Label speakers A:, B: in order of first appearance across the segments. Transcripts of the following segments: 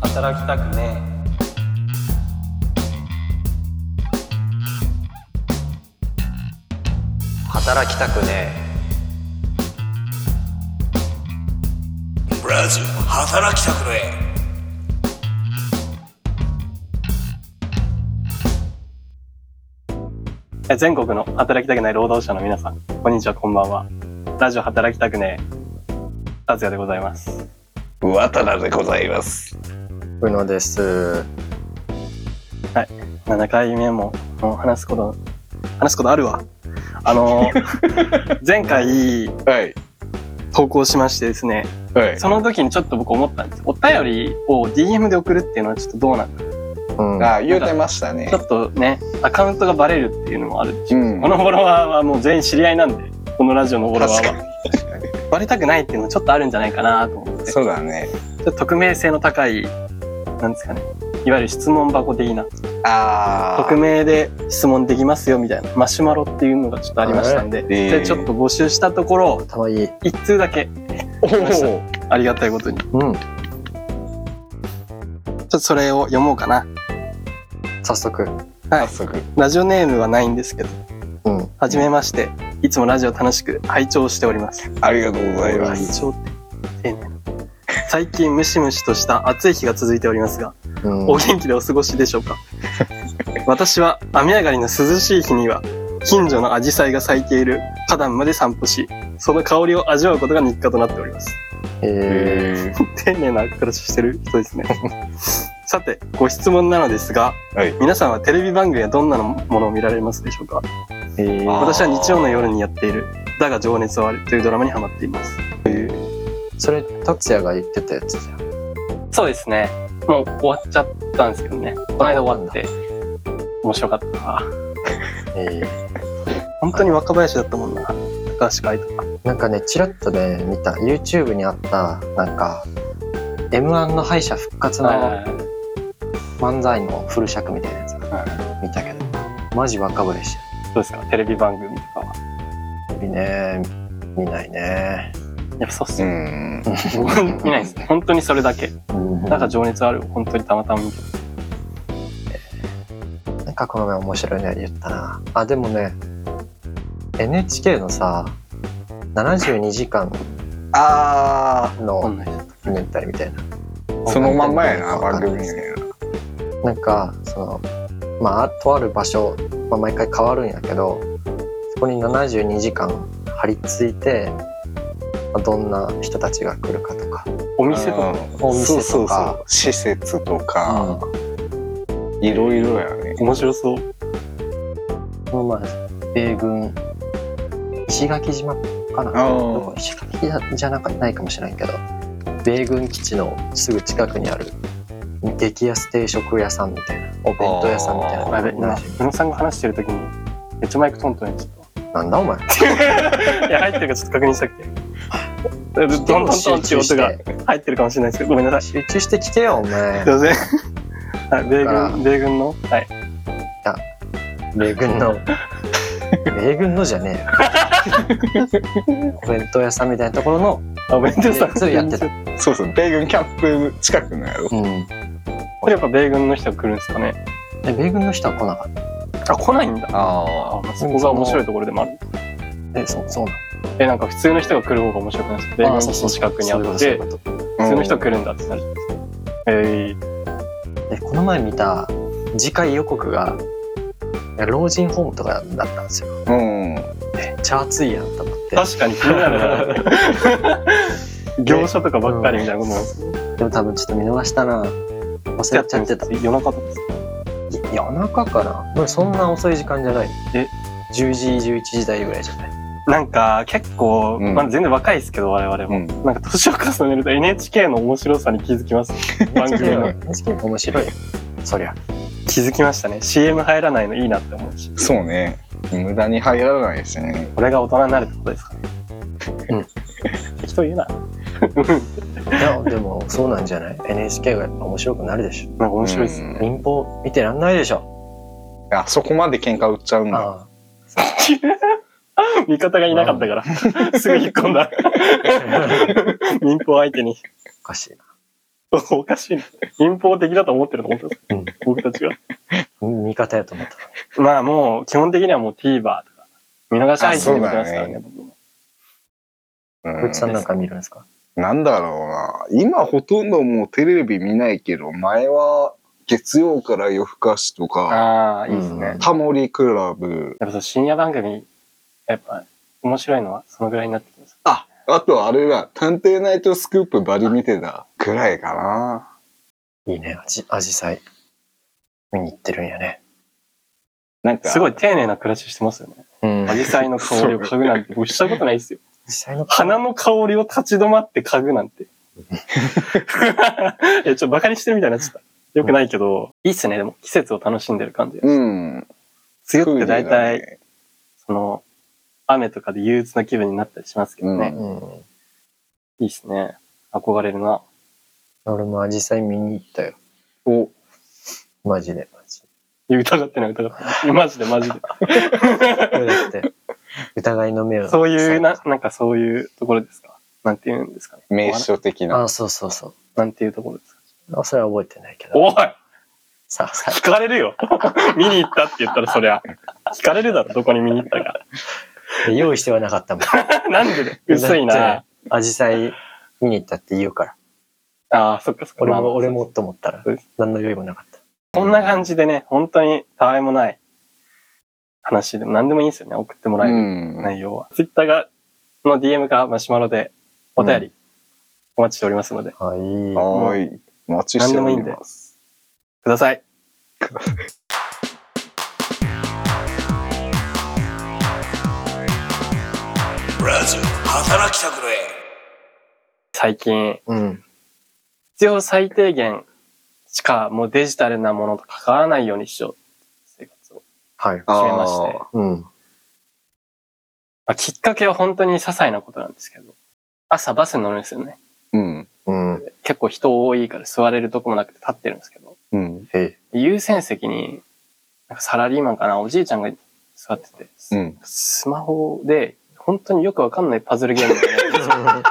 A: 働きたくねえ働きたくね
B: ブラズ働きたくねえ
A: え全国の働きたくない労働者の皆さんこんにちはこんばんはラジオ働きたくねえ達也でございます
B: 渡辺でございます
C: うのです。
A: 7回目ももう話すこと話すことあるわあの 前回
B: はい
A: 投稿しましてですね
B: はい
A: その時にちょっと僕思ったんですお便りを DM で送るっていうのはちょっとどうなんだ
C: うん。
B: あ言うてましたね
A: ちょっとねアカウントがバレるっていうのもあるし、
B: うん
A: このフォロワーはもう全員知り合いなんでこのラジオのフォロワ
B: 確
A: ー
B: か
A: は
B: に
A: バレたくないっていうのはちょっとあるんじゃないかなと思ってちょ
B: そうだね
A: っと匿名性の高いなんですかねいわゆる質問箱的な
B: あ
A: 匿名で質問できますよみたいなマシュマロっていうのがちょっとありましたんで、
B: えー
A: でちょっと募集したところ
C: 頭いい。
A: 一通だけ
B: お
A: 来ましたありがたいことに
C: うん。
A: ちょっとそれを読もうかな
C: 早速。
A: は
B: 早
A: い
B: 速
A: ラジオネームはないんですけど
C: うん。
A: はじめまして。いつもラジオ楽しく拝聴しております。
B: ありがとうございま
A: 拝
B: す
A: 聴って丁寧な。最近ムシムシとした暑い日が続いておりますが、
C: うん。
A: お元気でお過ごしでしょうか 私は雨上がりの涼しい日には、近所のアジサイが咲いている花壇まで散歩し、その香りを味わうことが日課となっております。
C: え
B: え
A: 丁寧な暮らししてる人ですね。 さて、ご質問なのですが、
B: はい
A: 皆さんはテレビ番組はどんなものを見られますでしょうか
C: ー、えー
B: あ
A: 私は日曜の夜にやっている「だが情熱はある」というドラマにハマっています
C: それ、達也が言ってたやつじゃん。
A: そうですねもう終わっちゃったんですけどねこの間終わって面白かったな
C: えー
A: 本当に若林だったもんな高橋海とか
C: なんかね、チラッとね、見た。YouTube にあった、なんか、M1 の敗者復活の漫才のフル尺みたいなやつ見たけど、マジ若ぶれして
A: どうですかテレビ番組とかは
C: る。いいね。見な いね。
A: やっぱそうっす
B: う
A: よ、
B: ん
A: 見ないですね本当にそれだけ
C: うん
A: だが情熱はある本当にたまたま見て
C: なんかこの前面白いね言ったなあでもね NHK のさ72時間
B: あ
A: こ
C: の
A: んな人
C: ドキュメンタリーみたいな
B: あそのまんまやな
C: わか
B: 番
C: んない
B: 組
C: で
B: や
C: す
B: ね
C: なんかそのまあとある場所、まあ、毎回変わるんやけどそこに72時間張り付いてまあどんな人たちが来るかとか
A: お店とか
B: うんそ
C: お店とか
B: うそうそう施設とかいろいろやね
A: 面白そう
C: この前米軍石垣島かな
B: あ
C: 石垣じゃなかないかもしれないけど米軍基地のすぐ近くにある激安定食屋さんみたいなお弁当屋さんみたいな
A: やべ今
C: な
A: 宇野さんが話してる時にめっちゃマイクトントンやっちゃった
C: なんだお前
A: いや、入ってるかちょっと確認したくて。 どんどんどんっていう音が入ってるかもしれないですけど、ごめんなさい。す
C: 集中してきてよお前
A: いません。はい、米
C: だから
A: 軍、米軍のはい。
C: 米軍の米軍のじゃね えよお弁当屋さんみたいなところの
A: あ、弁当さん。
C: それやってた
B: そうそう米軍キャンプ近くのやろ
C: うん
A: これやっぱ米軍の人が来るんですかね。
C: で米軍の人は来なかっ
A: あ、来ないんだ。
B: あ
A: あ、まあそこが面白いところでもある。
C: たえそうそうな
A: え、なんか普通の人が来る方が面白くないですか米軍
C: の
A: の
C: あそうそう
A: 近くにあっ
C: そうい
A: て
C: う、ことそういうこ
A: 普通の人が来るんだってなるじゃないですか。え
C: とでこの前見た次回予告がいや老人ホームとかだったんですよ
B: うん
C: めっちゃ暑いやんと思って
A: ー、確かに気になるな。 業者とかばっかりみたいなことも
C: でも多分ちょっと見逃したな忘れちゃってた
A: 夜中とかです
C: い夜中かなでもそんな遅い時間じゃない
A: え
C: 10時11時台ぐらいじゃない
A: なんか結構、
B: うん
A: まあ、全然若いですけど我々も、
B: うん
A: なんか年を重ねると NHK の面白さに気づきます番組の
C: NHK 面白いよそりゃ
A: 気づきましたね CM 入らないのいいなって思うし
B: そうね無駄に入らないですね
A: これが大人になるってことですかね
C: うん
A: 適当言うな
C: いやでもそうなんじゃない NHK がやっぱ面白くなるでしょ
A: なんか面白いですね、
B: ね
C: 民放見てらんないでしょ
B: あそこまで喧嘩売っちゃうんだ
C: あ
A: 味方がいなかったからすぐ引っ込んだ民放相手に
C: おかしいな
A: おかしいな。民放的だと思ってると思ってます。
C: うん
A: 僕たちは。
C: 味方やと思った。
A: まあもう、基本的にはもう TVer とか、見逃し配信で見てますからね、僕も。
B: うん
C: ふちさんなんか見るんですか
B: なんだろうな。今ほとんどもうテレビ見ないけど、前は月曜から夜更かしとか、
A: ああ、いいですね。
C: うん
A: やっ
B: タモリクラブ、
A: ぱそう深夜番組、やっぱ、面白いのはそのぐらいになってきます。
B: あ、あとあれだ、探偵ナイトスクープバリ見てたくらいかな。
C: いいね、あじ、あじさい。見に行ってるんやね。
B: なんか、
A: すごい丁寧な暮らししてますよ ね。
C: うん
A: アジサイの香りを嗅ぐなん て、僕したことないですよ。
C: 実際の
A: 花の香りを立ち止まって嗅ぐなんて。い や、ちょっとバカにしてるみたいになっちゃった。よくないけど、いいっすね、でも季節を楽しんでる感じ。梅
B: うん。
A: 雨って大体、
B: クールだね
A: その、雨とかで憂鬱な気分になったりしますけどね。
C: うん。
A: いいっすね。憧れるな。
C: 俺もアジサイ見に行ったよ。
A: お
C: マジで、マジ
A: 疑ってない、疑ってない。マジでマジで。
C: で。だって、疑いの目を。
A: そういう、な
C: さ、
A: なんかそういうところですかなんていうんですかね。
B: 名所的な。
C: あ、そうそうそう。
A: なんていうところですか
C: あそれは覚えてないけど。
A: おい
C: さあ、さ
A: 聞かれるよ 見に行ったって言ったらそりゃ。聞かれるだろ、どこに見に行ったか。
C: あ、用意してはなかったもん。
A: なんでだよ 薄いな。
C: アジサイ見に行ったって言うから。
A: ああ、そっかそっか。
C: 俺
A: まあまあ
C: も、俺もと思ったら
A: そうです、
C: 何の用意もなかった。
A: こんな感じでね、本当にたわいもない話でも何でもいいんですよね。送ってもらえ
B: う
A: る
B: ん。
A: 内容は。Twitter が、の DM かマシュマロでお便りお待ちしておりますので、
C: はい。
B: はーい。お待ちしております。
A: ください。
D: 働きたくねえ
A: 最近、
C: うん。
A: 必要最低限しかもうデジタルなものと関わらないようにしようって生活を。
C: はい。
A: 決めまし
B: あ
A: て
B: ー
C: うん。
A: まあ、きっかけは本当に些細なことなんですけど、朝バスに乗るんですよね。
B: うん。
C: うん。
A: 結構人多いから座れるとこもなくて立ってるんですけど、
B: うん。
C: え
A: 優先席に、なんかサラリーマンかな、おじいちゃんが座ってて、
B: うん。
A: スマホで、本当によくわかんないパズルゲームみたいな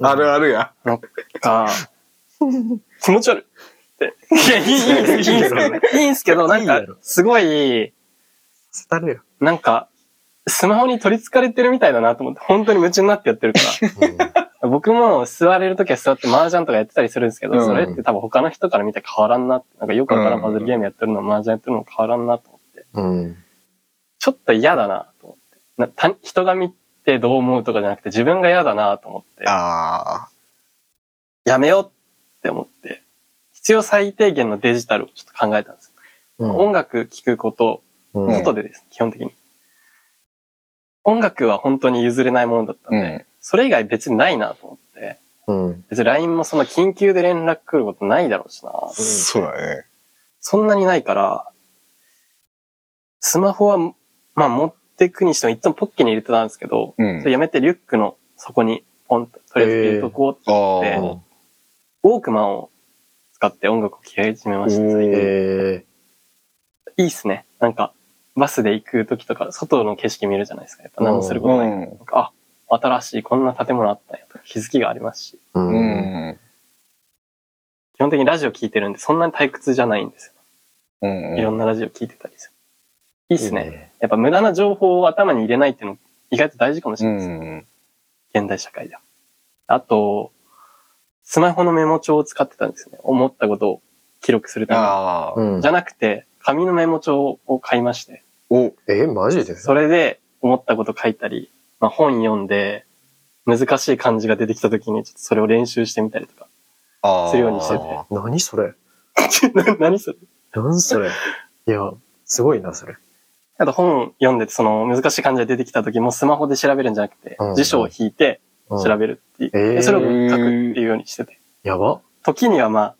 A: や
B: あるあるや。
A: つ が、気持ち悪いって。いや、いい、いいんですいいんですけどね。いいんですけど、なん
C: いいや
A: か
C: ろ、
A: すごい、
C: 伝るよ。
A: なんか、スマホに取り憑かれてるみたいだなと思って、本当に夢中になってやってるから。 僕も座れるときは座って麻雀とかやってたりするんですけど、
B: うん
A: それって多分他の人から見て変わらんなって。なんかよくわからんパズルゲームやってるのも麻雀やってるのも変わらんなと思って。
C: うん。
A: ちょっと嫌だなと思って。な他人が見てどう思うとかじゃなくて自分が嫌だなと思って、
B: あ
A: やめようって思って、必要最低限のデジタルをちょっと考えたんです。
C: うん。
A: 音楽聴くこと、
C: うん
A: 外でです、基本的に。音楽は本当に譲れないものだったん
B: あ。う
A: で、
B: ん。
A: それ以外別にないなと思って、
C: ん。
A: 別に LINE もそんな緊急で連絡来ることないだろうしな。
B: そうだね。
A: そんなにないから、スマホは、まあ持ってくにしてもいつもポッケに入れてたんですけど、
B: う
A: それ
B: ん。
A: やめてリュックの底にポンと、とりあえず入れとこうって、
B: あ
A: で
B: あ。
A: ウォークマンを使って音楽を聴き始めました。
C: え
A: いいっすね。なんか、バスで行く時とか、外の景色見るじゃないですか。やっぱ何もするこ
B: う
A: とない。
B: ん。
A: なんかあ、新しいこんな建物あったんやとか気づきがありますし。
C: ー。う。
B: うんん。
A: 基本的にラジオ聞いてるんで、そんなに退屈じゃないんです
B: う
A: よ。いろ
B: ん。
A: んなラジオ聞いてたりする。いいっす
C: いい
A: ね。。やっぱ無駄な情報を頭に入れないっていうの意外と大事かもし
B: う
A: れないです。
B: ん。
A: 現代社会では。あと、スマホのメモ帳を使ってたんですよね。思ったことを記録するた
B: ああ。
C: う
A: め
C: ん
A: に。じ。ゃなくて、紙のメモ帳を買いまして、
B: お、
C: え、マジで
A: それで思ったこと書いたり、まあ、本読んで、難しい漢字が出てきた時に、ちょっとそれを練習してみたりとか。
B: ああ。
A: するようにしてて
C: 何それ
A: な 何それ
C: 何それいや、すごいな、それ。
A: あと本読んでて、その難しい漢字が出てきた時もスマホで調べるんじゃなくて
C: うんうん、
A: 辞書を引いて
C: うん
A: 調べるっていう。
C: えー
A: でそれを書くっていうようにしてて。
C: やば。
A: 時にはまあ、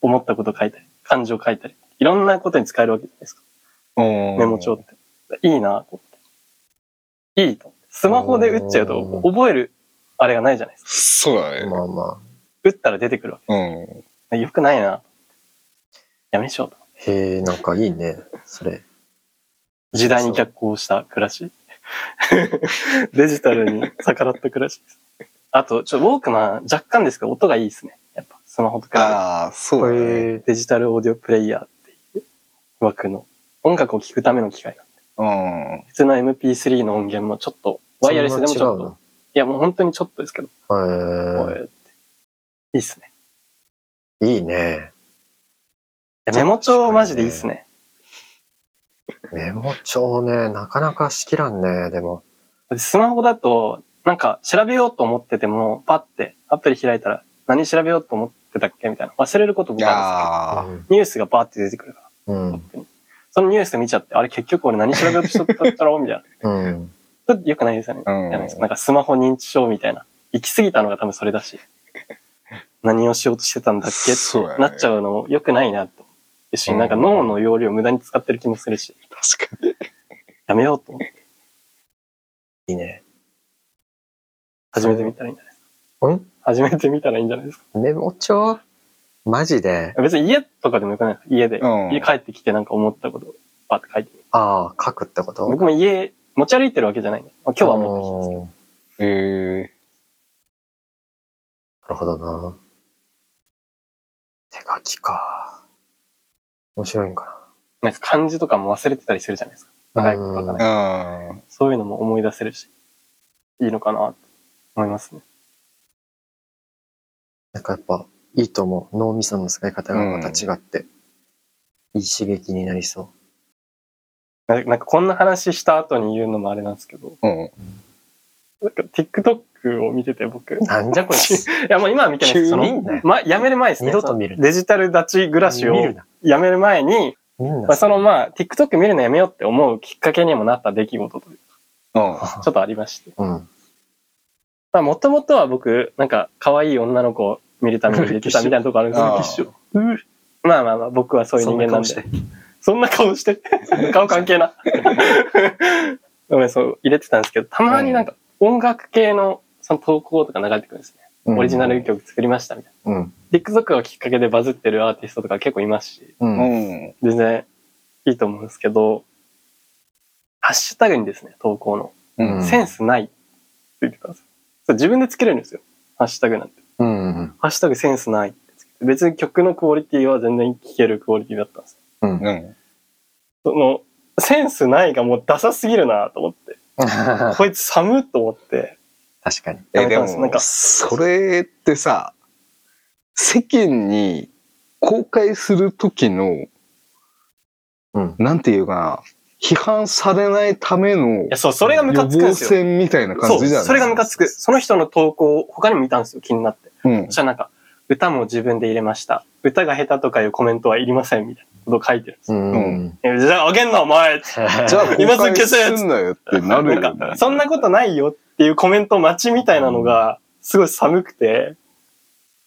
A: 思ったこと書いたり、感情書いたり、いろんなことに使えるわけじゃないですか。
B: メ
A: メモ帳って。いいなと思って。いいと思って。スマホで打っちゃう
C: う
A: と
C: ん、
A: 覚えるあれがないじゃないですか。
B: そうだね。
C: まあまあ。
A: 打ったら出てくるわ
B: うん。
A: け。よくないなやめしようと。
C: へえ、なんかいいね、それ。
A: 時代に逆行した暮ら し。デジタルに逆らった暮らしです。あと、ちょ、ウォークマン、若干ですけど、音がいいですね。スマホとか、
B: ああ、そ
A: こう
B: うだね。
A: いうデジタルオーディオプレイヤーっていう枠の音楽を聴くための機械なんで。
B: うん。
A: 普通の MP3 の音源もちょっと、ワイヤレスでもちょっ
C: そんな違う
A: と
C: の。
A: いやもう本当にちょっとですけど、こう
C: へ
A: やっていいっすね。
C: えいいね。
A: いやメモ帳マジでいいっすね。
C: メモ帳ね、なかなかしきらんね、でも。
A: スマホだと、なんか調べようと思ってても、パってアプリ開いたら、何調べようと思ってたっけみたいな。忘れること
B: い
A: 僕あ
B: やー
A: るんですけど、ニュースがバーって出てくるから。
C: うん。
A: そのニュース見ちゃって、あれ結局俺何調べようとしとったろうみたいな。
C: うん。
A: ちょっと良くないですよね。
B: うん
A: じゃないですかなんかスマホ認知症みたいな。行き過ぎたのが多分それだ し。何をしようとしてたんだっけ
B: そうや
A: っ
B: ね
A: てなっちゃうのも良くないなと。一
B: う
A: 瞬
B: ん
A: なんか脳の容量無駄に使ってる気もするし、
B: 確か
A: やめようと思って
C: いいね。
A: 始めてみたらいいんじゃないですか。
C: うん
A: 始めてみたらいいんじゃないですか。
C: メモ帳マジで。
A: 別に家とかでもよくないですか家で。
B: うん
A: 家帰ってきてなんか思ったことをバッて書いてみる。
C: ああ、書くってこと
A: 僕も家持ち歩いてるわけじゃないんで。まあ今日はもう。
C: う。
B: に。え
C: なるほどな。手書きか。面白いんか
A: なんか漢字とかも忘れてたりするじゃないですか。
C: な。
A: 長いこと書か
B: え
A: ない。
B: ー。うん。
A: そういうのも思い出せるし、いいのかなって思いますね。
C: なんかやっぱ、いいと思う。脳みその使い方がまた違って、いい刺激になりそ。
A: ななんかこんな話した後に言うのもあれなんですけど、
B: うん。
A: なんか TikTok を見てて僕、いう
C: なんじゃこれ。
A: やもう今は見てないですそ
C: 急
A: の
C: にね、
A: ま、やめる前ですね。
C: 二度と見る
A: そのデジタル立ち暮らし
C: 見
A: を
C: るな。
A: やめる前に、
C: みん
A: ま
C: な。
A: あ、そのまあ TikTok 見るのやめようって思うきっかけにもなった出来事というか
B: うん。
A: ちょっとありまして。
C: うん。
A: まあもともとは僕、なんか可愛い女の子を見るために出てたみたいなとこあるんです
B: ああ
A: けど、まあまあまあ僕はそういう人間なんで。そんな顔 して。顔関係な。ごめん、そう、入れてたんですけど、たまになんか音楽系のその投稿とか流れてくるんですね。オリジナル曲作りましたみたい
C: うん。
A: な。TikTok がきっかけでバズってるアーティストとか結構いますし、
C: う。
B: うんん。
A: 全然いいと思うんですけど、ハッシュタグにですね、投稿の、
B: うん。
A: センスないって言ってたんですよ。それ自分でつけれるんですよ。ハッシュタグなんて。
C: うん。
A: ハッシュタグセンスないってつけて。別に曲のクオリティは全然聴けるクオリティだったんですよ
C: うん。
B: うん。
A: その、センスないがもうダサすぎるなと思って。
C: 確
A: こいつ寒っと思って。
C: かに。
A: や
B: え、
A: め
B: で
A: たんですなん
B: も、
A: か
B: それってさ、世間に公開する時の、
C: うん。
B: なんていうかな、批判されないための
A: いや、そう、それがムカつくん
B: 予
A: で
B: 防
A: すよ。
B: 線みたいな
A: そ
B: 感
A: う、
B: じじゃない
A: それがムカつく。その人の投稿を他にも見たんですよ、気になって。
B: うん
A: そし。たらなんか、歌も自分で入れました。歌が下手とかいうコメントはいりません、みたいなことを書いてるんです
C: う
A: よ
C: ん。
A: えじゃああげんな、お前
B: じゃあ、
A: 今すぐ
B: 公開
A: 消せ
B: すんなよってなる
A: な
B: よ
A: ん
B: ね
A: か、。そんなことないよっていうコメント待ちみたいなのが、すごい寒くて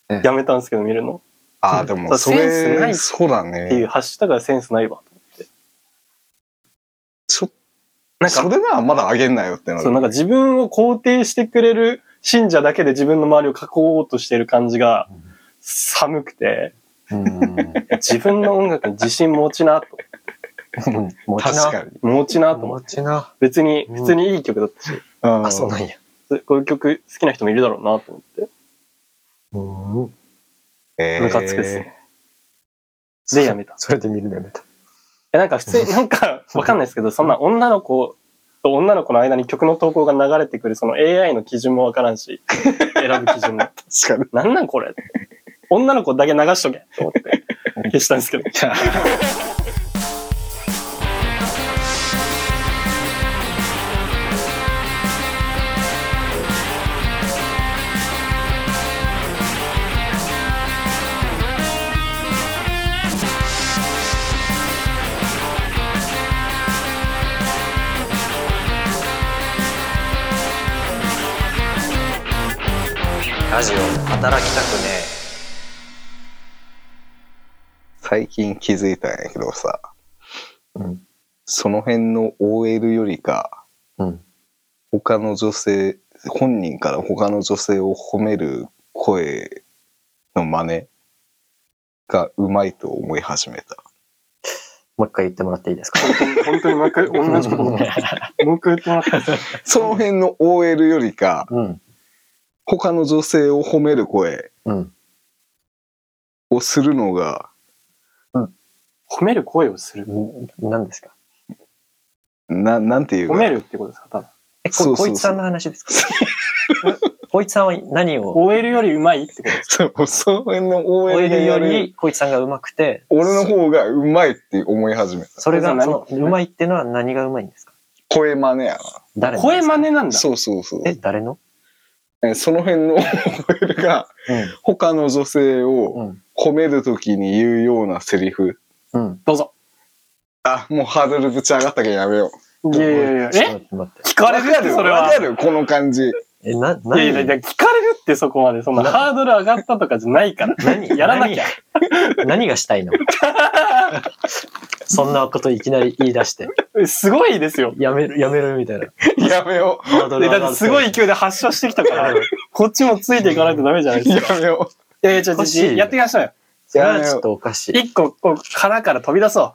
C: ね、
A: やめたんですけど、見るの。
B: ああ、でも、そ
A: そうセンスな
B: れ、
A: い
B: そうだ
A: っていう、
B: ね。
A: ハッシュタグはセンスないわ。
B: ちょ
A: なんか
B: そ、れならまだあげんなよってな
A: そう、
B: る。
A: なんか自分を肯定してくれる信者だけで自分の周りを囲おうとしてる感じが
C: うん
A: 寒くて、
C: うん。
A: 自分の音楽に自信持ちなと、
C: 持ち
B: 確
C: な。
B: かに。
A: 持ちなと思っ
C: 持
A: て、
C: ちな。
A: 別に、
C: うん
A: 普通にいい曲だったし、
B: あ
C: あ、そうなんや。
A: こういう曲好きな人もいるだろうなと思って、
C: うん。
B: え
A: ムカつくっすね。 で、やめた。
C: それで見るのやめた。
A: えなんか普 通に、なんか、わかんないですけど、そんな女の子と女の子の間に曲の投稿が流れてくる、その AI の基準もわからん し、選ぶ基準も。
B: 確かに。
A: なんなんこれ女の子だけ流しとけと思って、消したんですけど。
C: ラジオ、働きたくね
B: 最近気づいたんやけどさ、
C: うん
B: その辺の OL よりか、
C: うん
B: 他の女性本人から他の女性を褒める声の真似がうまいと思い始めた
C: もう一回言ってもらっていい ですか
A: 本当に毎回同じこと思ってもう一回言ってもらってい いですか
B: その辺の OL よりか
C: うん。
B: 他の女性を褒める声
C: うん。
B: をするのが、
A: 褒める声をする。
C: 何ですか
B: な、なんていう
A: 褒
B: か。
A: めるってことですか多分。
C: え、こ
B: そうそうそう
C: こいつさんの話ですか こいつさんは何を
A: 終えるよりうまいってことです。
B: そう、その辺の
C: 終え
B: OL
C: る
B: でや
C: よ
B: る。
C: り、こいつさんが上手くて、
B: 俺の方がうまいって思い始めた。
C: それ
A: そ
C: が
A: うそう
C: そ
A: 何
C: の上手いってのは何が上手いんですか
B: 声真似や
C: 誰の
A: 声真似なん
B: な。
A: だ。
B: そうそうそう。
C: え、誰の
B: えその辺の OL が他の女性
C: う
B: を
C: ん。
B: 褒めるときに言うようなセリフ。
C: うん。うん。
A: どうぞ。
B: あ、もうハードルぶち上がったけどやめよう。
A: いやいやいや、
C: ちょ
A: え
C: っと待って
A: 聞かれ
B: わ
A: る
B: か
A: って
B: る
A: それ
B: わ
A: は。
B: かるこの感じ。
C: え、な、
A: いやい
C: 何
A: やいや、聞かれるってそこまで、そんな
C: な
A: ハードル上がったとかじゃないから。
C: 何
A: やらなきゃ。
C: 何何がしたいのそんなこといきなり言い出して。
A: すごいですよ。
C: やめる、やめるみたいな。
B: やめよ。
C: ハードル
A: で
C: 上が
A: だ
C: る
A: ってすごい勢いで発射してきたから、こっちもついていかないとダメじゃないうです
B: や
A: か。
B: めよ
A: いやいや、ちょ、
C: 欲しい
A: ちょ、やってきましょうよ。
C: それはちょっとおかしい。
A: 一個、こう、殻から飛び出そう。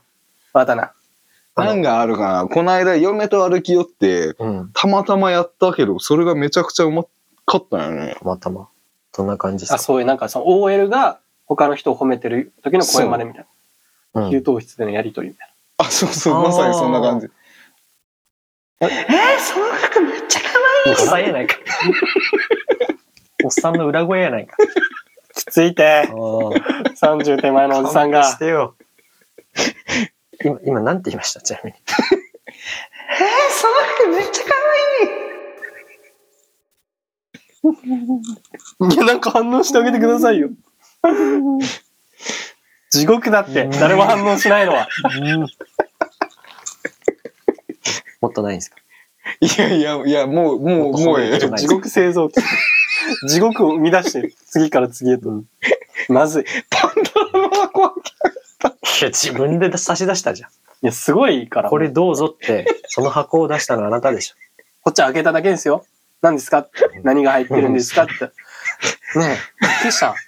A: またな。
B: う。案があるかなこの間、嫁と歩き寄って、
C: うん。
B: たまたまやったけど、それがめちゃくちゃうまかったよね。
C: たまたま。どんな感じです
A: あ、
C: か
A: そういう、なんか、その OL が他の人を褒めてる時の声真似みたいな。
C: うん
A: 給湯室でのやりとりみたい
B: あ、そうそう、
C: あー
B: まさにそんな感じ。
C: おっさんやないか。おっさんの裏声やないか。
A: な。きついて、
C: お
A: 30手前のおじさんが
C: し、てよ。今、今なんて言いましたちなみに。
A: いや、なんか反応してあげてくださいよ。 地獄だって、誰も反応しないの は。
C: もっとないんですか
B: いやいや、いや、もう、もう、
C: も
B: もう
C: う褒め
B: え
C: て
B: え
C: ない
A: 地獄製造機。地獄を生み出してる、次から次へと。ま ずい。
C: いや、自分で差し出したじゃん。
A: いや、すごいから。
C: これどうぞって、その箱を出したのあなたでしょ。
A: こっちは開けただけですよ。何ですか何が入ってるんですかって。 ねえ、びっくりした。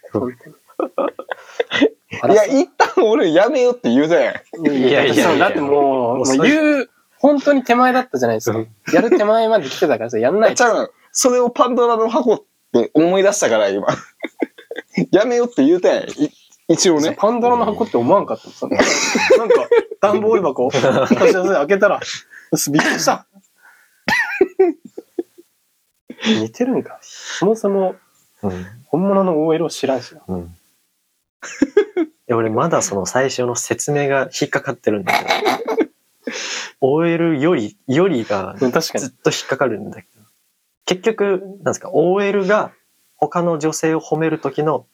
B: いや、一旦俺やめよって言うじゃん。
A: い
C: やいやいや
A: そうだってもう、
C: も
A: も
C: うそうう
A: 言う、本当に手前だったじゃないですか。やる手前まで来てたからさ、やんない
B: ち。ゃうのそれをパンドラの箱って思い出したから、今。 やめよって言うたやん。い一応ね。
A: パンドラの箱って思わんかったそんななんか、段ボール箱、私のせいで開けたら、びっくりした。似てるんか。そもそも、
C: うん。
A: 本物の OL を知らんしな。
C: うん。え俺まだその最初の説明が引っかかってるんだけど。OL より、よりが
A: うん確か
C: ずっ
A: に。
C: と引っかかるんだけど。結局、なんですか、OL が他の女性を褒める時の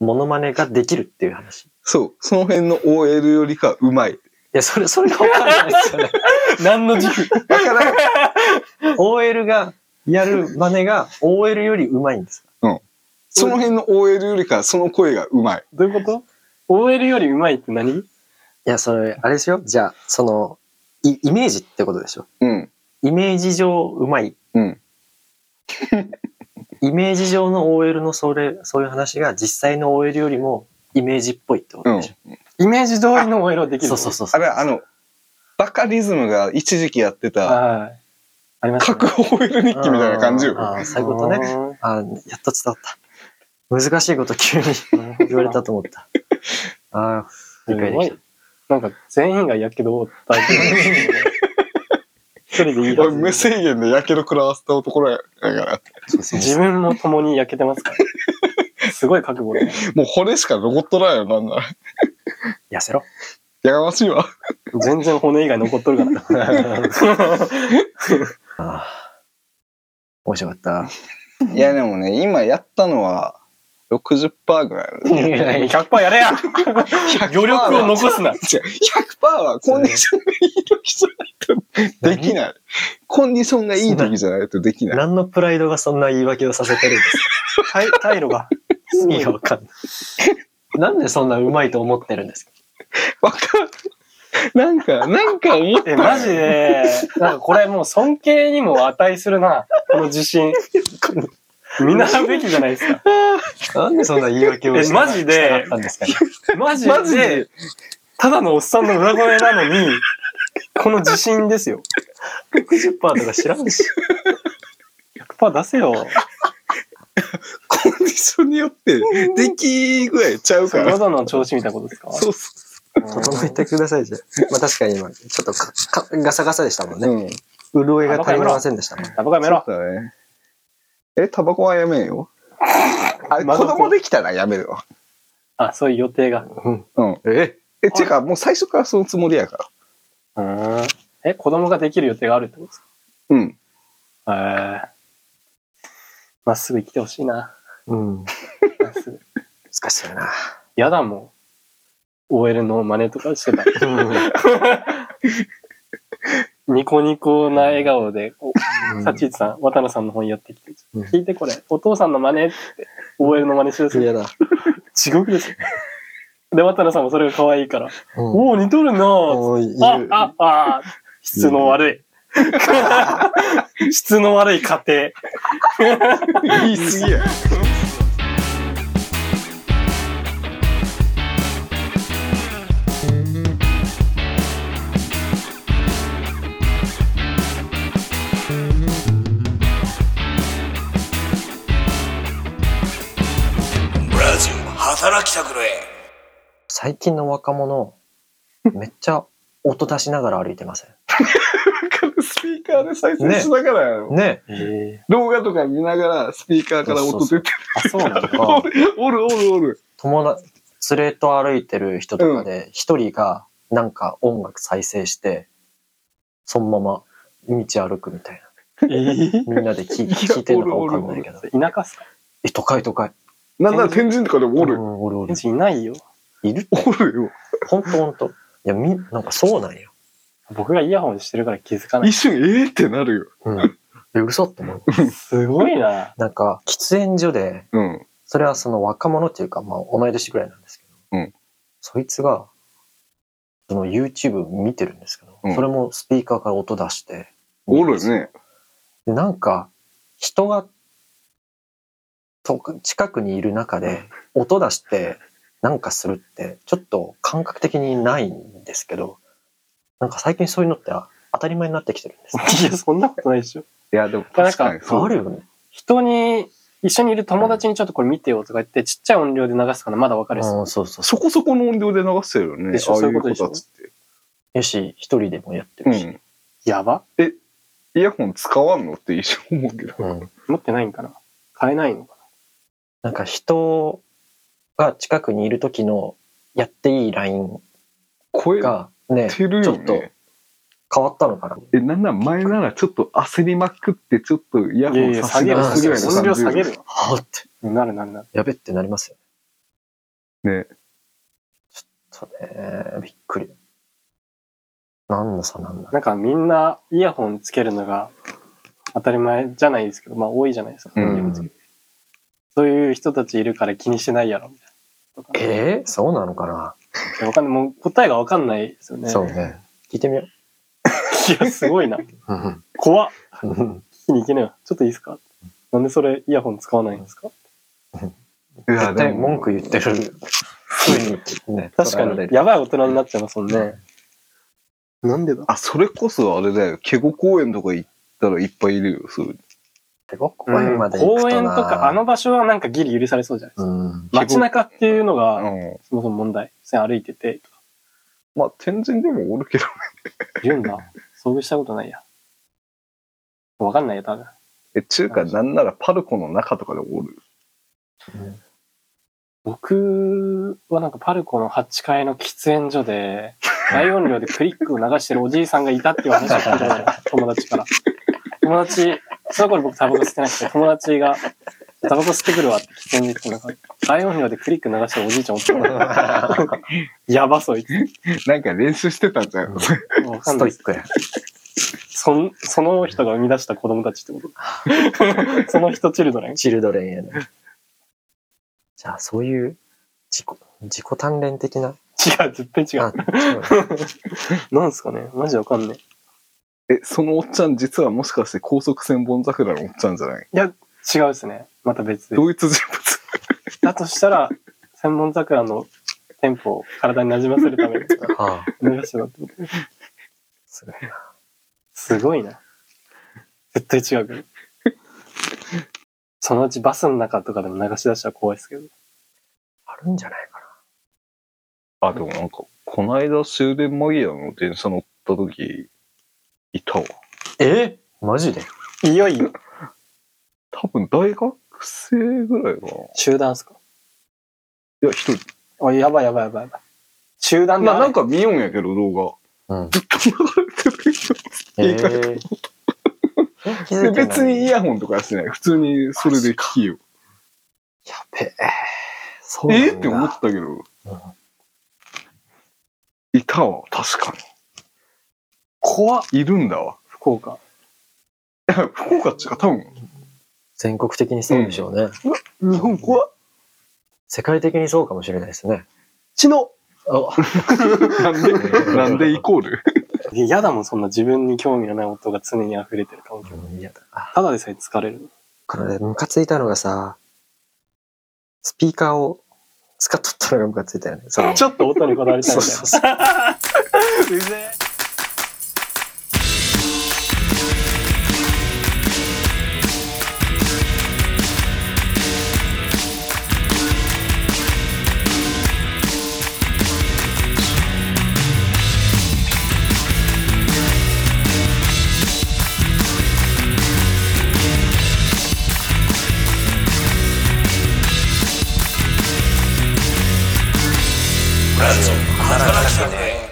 C: モノマネができるっていう話。い
B: そう。その辺の OL よりかうまい。
C: や、それ、それがわからないですよ ね。
A: 何の軸
B: だ からん、
C: OL がやる真似が OL より上手いんです。
B: その辺の OL よりかその声がうまい。
A: どういうこと ?OL よりうまいって何
C: いや、それ、あれですよ。じゃあ、その、イイメージってことでしょ。
B: うん。
C: イメージ上上手い。
B: うん。
C: イメージ上の OL のそれ、そういう話が実際の OL よりもイメージっぽいってことでしょ。
A: イメージ通りの OL はできる。
C: そうそうそうそ
B: あ
C: う。
B: れ、あの、バカリズムが一時期やってた、
A: はい。ありました、
B: 各
A: ね。
B: OL 日記みたいな感じよ。
C: ああ、そういうことね。ああ、やっと伝わった。難しいこと急に言われたと 思った。ああ、
A: す
C: 理解で
A: ご
C: き
A: い。なんか全員がやけどを負った。 一人でいい
B: 俺
A: は
B: 無
A: ず。
B: 制限でやけど食らわせた男だから、
C: た。そう
A: 自
C: そう
A: 分も共に焼けてますから。すごい覚悟で、ね。
B: もう骨しか残っとらんよ、なんなら。
C: 痩せろ。
B: やがましいわ。
A: 全然骨以外残っとるから。
C: ああ面白かっ た。
B: いや、でもね、今やったのは60%ぐらいだね。
A: 100%やれや余力を残すな
B: 違う100%はコンディションがいい時じゃないとできない。コンディションがいい時じゃないとできない。
C: 何のプライドがそんな言い訳をさせてるんです
A: 退退路が。
C: か意味がわかんない。なんでそんな上手いと思ってるんですか
B: わかる。なんか、なんか思った
A: え、
B: よ。
A: マジで、なんかこれもう尊敬にも値するな。この自 信。見習うべきじゃないですか。
C: なんでそんな言い訳をして
A: えマジで
C: したかったんですかね
A: マジ
B: マジ
A: で
B: で、
A: ただのおっさんの裏声なのに、この自信ですよ。
C: 60%とか知らんし。
A: 100%出せよ。
B: コンディションによって、出来具合ちゃうから。
A: 喉の調子みたいなことですか
B: そうそ
C: 整えてくださいじゃん。まあ確かに今、ちょっとかかガサガサでしたもん
B: う。
C: ね。
B: うん。
C: 潤いが足りませんでしたもん。
A: タバコやめろ。
B: そうだね。え、タバコはやめんよ。あ、子
A: 窓の
B: 供できたらやめるわ。
A: あ、そういう予定が。
B: うん。
C: え
B: え、てか、もう最初からそのつもりやから。
A: うん。え、子供ができる予定があるってことです
B: うん。
A: かへえ。まっすぐ生きてほしいな。
C: うん。
A: まっすぐ。
C: 難しいな。
A: やだもん。OL の真似とかしてた。ニコニコな笑顔で、こうサチーチさん、渡野さんの本やってきて、
C: うん
A: 聞いてこれ、お父さんの真似って、OL の真似してるんで
C: 嫌だ。
A: すよ地獄ですよ。 で、渡野さんもそれが可愛いから、
C: うん
A: おお、似とるなぁ。
C: もういる。
A: あ、あ、あ、質の悪 い。質の悪い家庭。
B: 言い過ぎや。
D: ラジオ働きたくれ
C: 最近の若者、めっちゃ音出しながら歩いてません。
B: スピーカーで再生しながらやろ、
C: ね
A: え
B: 動画とか見ながらスピーカーから音出て
A: あ、そうなんだ。
C: え。あ
B: る。おるおるおる。
C: 友達、連れと歩いてる人とかで、一人がなんか音楽再生して、そのまま道歩くみたい
A: え
C: な。みんなで聞 い
B: いや
C: 聞いてるのかわかんないけど。
A: 田舎っすか
C: え、都会都会。
B: なんなら天神とかでもお
C: う
B: る。
C: んおるおる
A: う。ちいないよ。
C: いる
B: おるよ。
C: ほんとほんと。いや、み、なんかそうなんよ。
A: 僕がイヤホンしてるから気づかな
B: 一
A: い。
B: 瞬、えーってなるよ。
C: うん。え、嘘って思う。
A: すごいな。
C: なんか、喫煙所で、
B: うん。
C: それはその若者っていうか、まあ、同い年ぐらいなんですけ
B: う
C: ど、
B: ん
C: そいつが、その YouTube 見てるんですけど、
B: うん
C: それもスピーカーから音出して、
B: おるね。
C: でなんか、人が、と近くにいる中で、音出して、なんかするって、ちょっと感覚的にないんですけど、なんか最近そういうのってあ当たり前になってきてるんですね。
A: いや、そんなことないでしょ。
B: いや、でも
A: なんか
B: 確かに
C: あ
B: そう。
C: るよね。
A: 人に、一緒にいる友達にちょっとこれ見てよとか言って、ちっちゃい音量で流すからまだわかるっす
C: うん、そうそうそ
B: そこそこの音量で流してるよね
A: で。しょ
B: ああ
A: そう
B: い
A: いう
B: う
A: ことで
B: こ
A: しょ
B: とだっつって。
C: よし、一人でもやって
B: う
C: るし。
B: ん。
A: やば
B: イヤホン使わんのって一瞬思うけど。
C: うん
A: 持ってないんかな買えないのか
C: なんか人が近くにいる時のやっていいライン
B: 声
C: がね、
B: 出る
C: ちょ
B: よ
C: っと
B: ね。
C: 変わったのかな。
B: え、なんなら前ならちょっと焦りまくって、ちょっとイヤ
A: ない
B: ホ
A: や
B: ン
A: いや、
B: 差
A: 下
B: し
A: げ
B: 出
A: る、
C: な
B: す
A: 下
B: ぐ
A: げる。
B: ら
A: 音量
B: いの感じ
A: 下げる。
C: はぁって、
A: なるなるなる。
C: やべってなりますよ
B: ね。
C: ね。そうね、びっくり。何の差なんだ。
A: なんかみんなイヤホンつけるのが当たり前じゃないですけど、まあ多いじゃないですか。
B: うん
A: イヤホンつけるそういう人たちいるから気にしてないやろ、みたいなとか。
C: えー、そうなのかな、
A: いやわかんない。もう答えがわかん ないですよね。
C: そう。ね。聞いてみよ
A: いや、すごいな。
C: う。
A: 怖っ。
C: うん
A: 聞きに行けないよ。ちょっといいですかなんでそれイヤホン使わないんですか
B: いや
C: 絶対
B: でも
C: 文句言ってる風に、ね、
A: 確か
C: 捉えられ
A: に。
C: る
A: やばい大人になっちゃいますもんね。なんでだ
B: あ、それこそあれだよ。ケゴ公園とか行ったらいっぱいいるよ。そう
C: でここまで行く
A: 公
C: とな、
A: 園とか、あの場所はなんかギリ許されそうじゃないですか。
C: うん、
A: 街中っていうのが、
B: あの、
A: そもそも問題。普通に歩いてて、とか。
B: まあ、天神でもおるけど。
A: いるんだ。遭遇したことないや。わかんないよ、多分。
B: え、中華なんならパルコの中とかでおる。
A: 僕はなんかパルコの8階の喫煙所 で、大音量でクリックを流してるおじいさんがいたっていう話を聞いたのよ友達から。友達、その頃僕タバコ吸ってなくて、友達が、タバコ吸ってくるわって喫煙所行って、なんか、大音量でクリック流してるおじいちゃんおったの やばそういつ。
B: なんか練習してたんじゃん。
A: わかん
C: ス
A: な
C: ト
A: い
C: イックや。
A: そんその人が生み出した子供たちってこと その人チルドレン。
C: チルドレンへの。じゃあ、そういう、自己、自己鍛錬的な。
A: 違う、絶対違う。
C: あ、そう
A: なんすかねマジわかんね
B: え、そのおっちゃん実はもしかして高速千本桜のおっちゃんじゃない
A: え。違うですね。また別で。
B: 同一人物
A: だとしたら、千本桜のテンポを体になじませるために
C: ああ、
A: 流してたってこと。
C: すごいな。
A: すごいな。絶対違うけど。そのうちバスの中とかでも流し出したら怖いですけど。
C: あるんじゃないか
B: あ、でもなんか、こないだ終電間際の電車乗った時、いたわ。
C: な。えマジで
A: いよいよ、
B: 多分大学生ぐらいかな。い
A: 集団っすか
B: や、一人。
A: おいやばいやばいやばいやばい。集団
B: ま
A: だ、
B: あなんか見よんやけど、動
C: うん。
B: 画。ずっと流れてるけど
C: え
B: いいか
C: ー、気づいてない
B: 別にイヤホンとかしてない。普通にそれで聞きよ。
C: やべえ。そうなんだ
B: えーって思ったけど
C: うん。
B: いたわ、確か
A: 怖っ
B: に。いるんだわ。
A: 福岡。
B: いや福岡っちか、多分。
C: 全国的にそうでしょうね。
A: 日本怖っ
C: 世界的にそうかもしれないですね。
A: 血の
C: あ、
B: なんで、 なんでイコール
A: 嫌だもん、そんな自分に興味のない音が常に溢れてる環境。
C: うん、嫌だ。あ
A: ただでさえ疲れる。
C: これ、ムカついたのがさ、スピーカーを使っとったのがムカついたよね。その
A: ちょっと音にこだわりたい
C: そ
A: み
C: う
A: たい
C: そうそう。
A: な。うぜ
D: ブラジオ働き者へ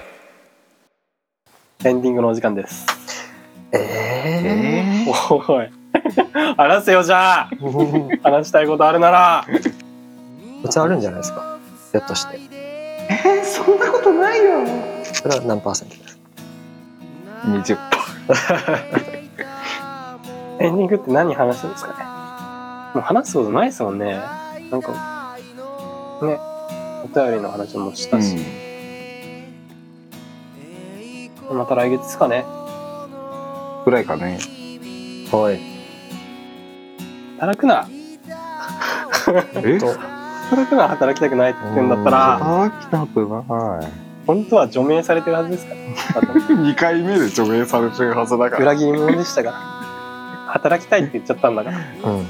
A: エンディングのお時間です。
C: え
A: おい。話せよ、じゃあ。話したいことあるなら。
C: ー、普通あるんじゃないですか。ひょっとして。
E: えそんなことないよ
C: それは何パーセントですか
B: 20%。
A: エンディングって何話すんですかね。もう話すことないですもんね。なんか、ね、お便りの話もし
B: う
A: たし、
B: ん。
A: また来月ですかね。
B: ぐらいかね。
C: はい。
A: 働くな。
B: え
C: と、
A: 働くな、働きたくないって言うんだったら、
B: あー、来たくない。
A: 本当は除名されてるはずですから。
B: 2回目で除名されてるはずだから
A: 裏切り者でしたから。働きたいって言っちゃったんだから、
C: うん。、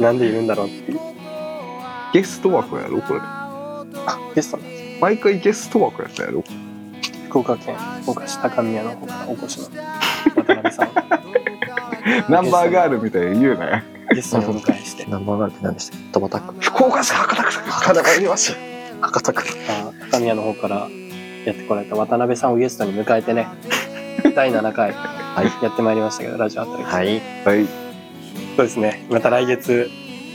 A: なんでいるんだろうっていう。
B: ゲスト枠やろこれ
A: ゲストの
B: 毎回ゲスト枠やったやろ
A: 福岡県福岡市高宮の方からお越しの渡辺さんを
B: ナンバーガールみたいに言うなよ
A: ゲストにお迎えして
C: ナンバーガールって何でしたっけトバタック。
B: 福岡市博多区博多区にいます
C: 博多区。
A: あ高宮の方からやってこられた渡辺さんをゲストに迎えてね、第7回やってまいりましたけど、ラジオあたり。
C: はい。
B: はい
A: そうですね。また来月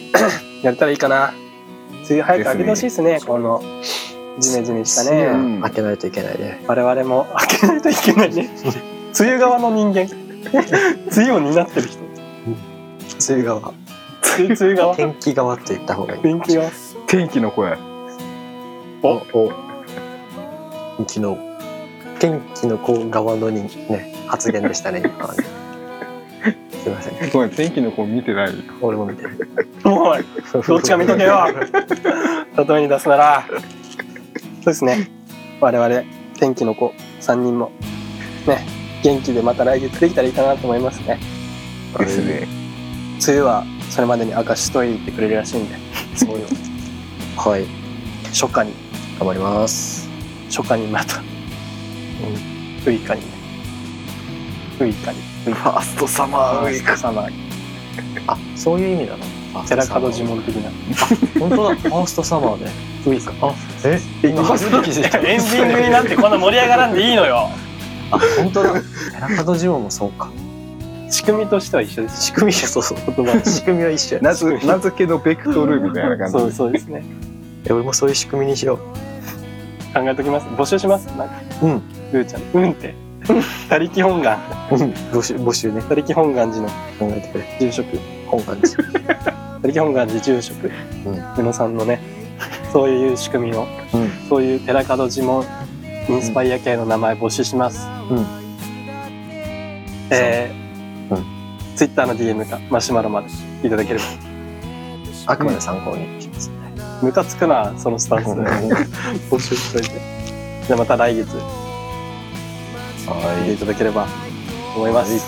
A: やれたらいいかな。梅雨早く明けてほしいですね。このジメジメした
C: う
A: ね。
C: ん開けないといけないね。
A: 我々も明けないといけないね。梅雨側の人間。 梅雨を担ってる人。
C: 梅雨側。
A: 梅雨梅雨 側。
C: 天気側って言った方がいい。
A: 天気側。
B: 天気の声
C: おお天気の天気の子側のにね発言でした ね今はねすいません
B: ごめん天気の声見てない
C: 俺も見てる
A: おい、どっちか見とけ よ。例えに出すなら。そうですね。我々、天気の子3人も、ね、元気でまた来月できたらいいかなと思いますね。
B: ですね
A: 梅雨はそれまでに明かしといてくれるらしいんで、
C: そうよはい
A: 初夏に、
C: 頑張ります
A: 初夏にまた、うん、ウイカにね。ウイカに。
B: ファーストサマーウイ
A: カ様に。
C: あそういう意味なの
A: 寺門呪文的な。
C: 本当だファーストサマーで
A: ウイカ。
C: あえ今初めて気づいた
A: エンディングになってこんな盛り上がらんでいいのよ。
C: あ本当だ寺門ジモンもそうか
A: 仕組みとしては一緒です。
C: 仕組みそうそう
A: 言葉の
C: 仕組みは一緒や
B: 名付名付けのベクトルみたいな感じ
A: そうそうですね。
C: え俺もそういう仕組みにしよ
A: 考えときます募集しますなんか
C: ううん
A: うーちゃんうん って他力本願
C: うん募集募集ね
A: 他力本願寺の
C: 考えてくれ
A: 住職
C: 本願寺
A: 他力本願寺住職
C: うん
A: 宇野さんのねそういう仕組みを
C: うん
A: そういう寺門呪文インスパイア系の名前募集します
C: うん
A: えー
C: う
A: ツイッターの DM かマシュマロまでいただければ
C: あくまで参考にします。
A: ムカつくなそのスタンスで募集しといてじゃあまた来月見ていただければと思います、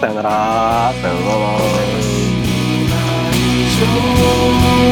A: さよなら
B: さよなら
E: 「今
D: しょう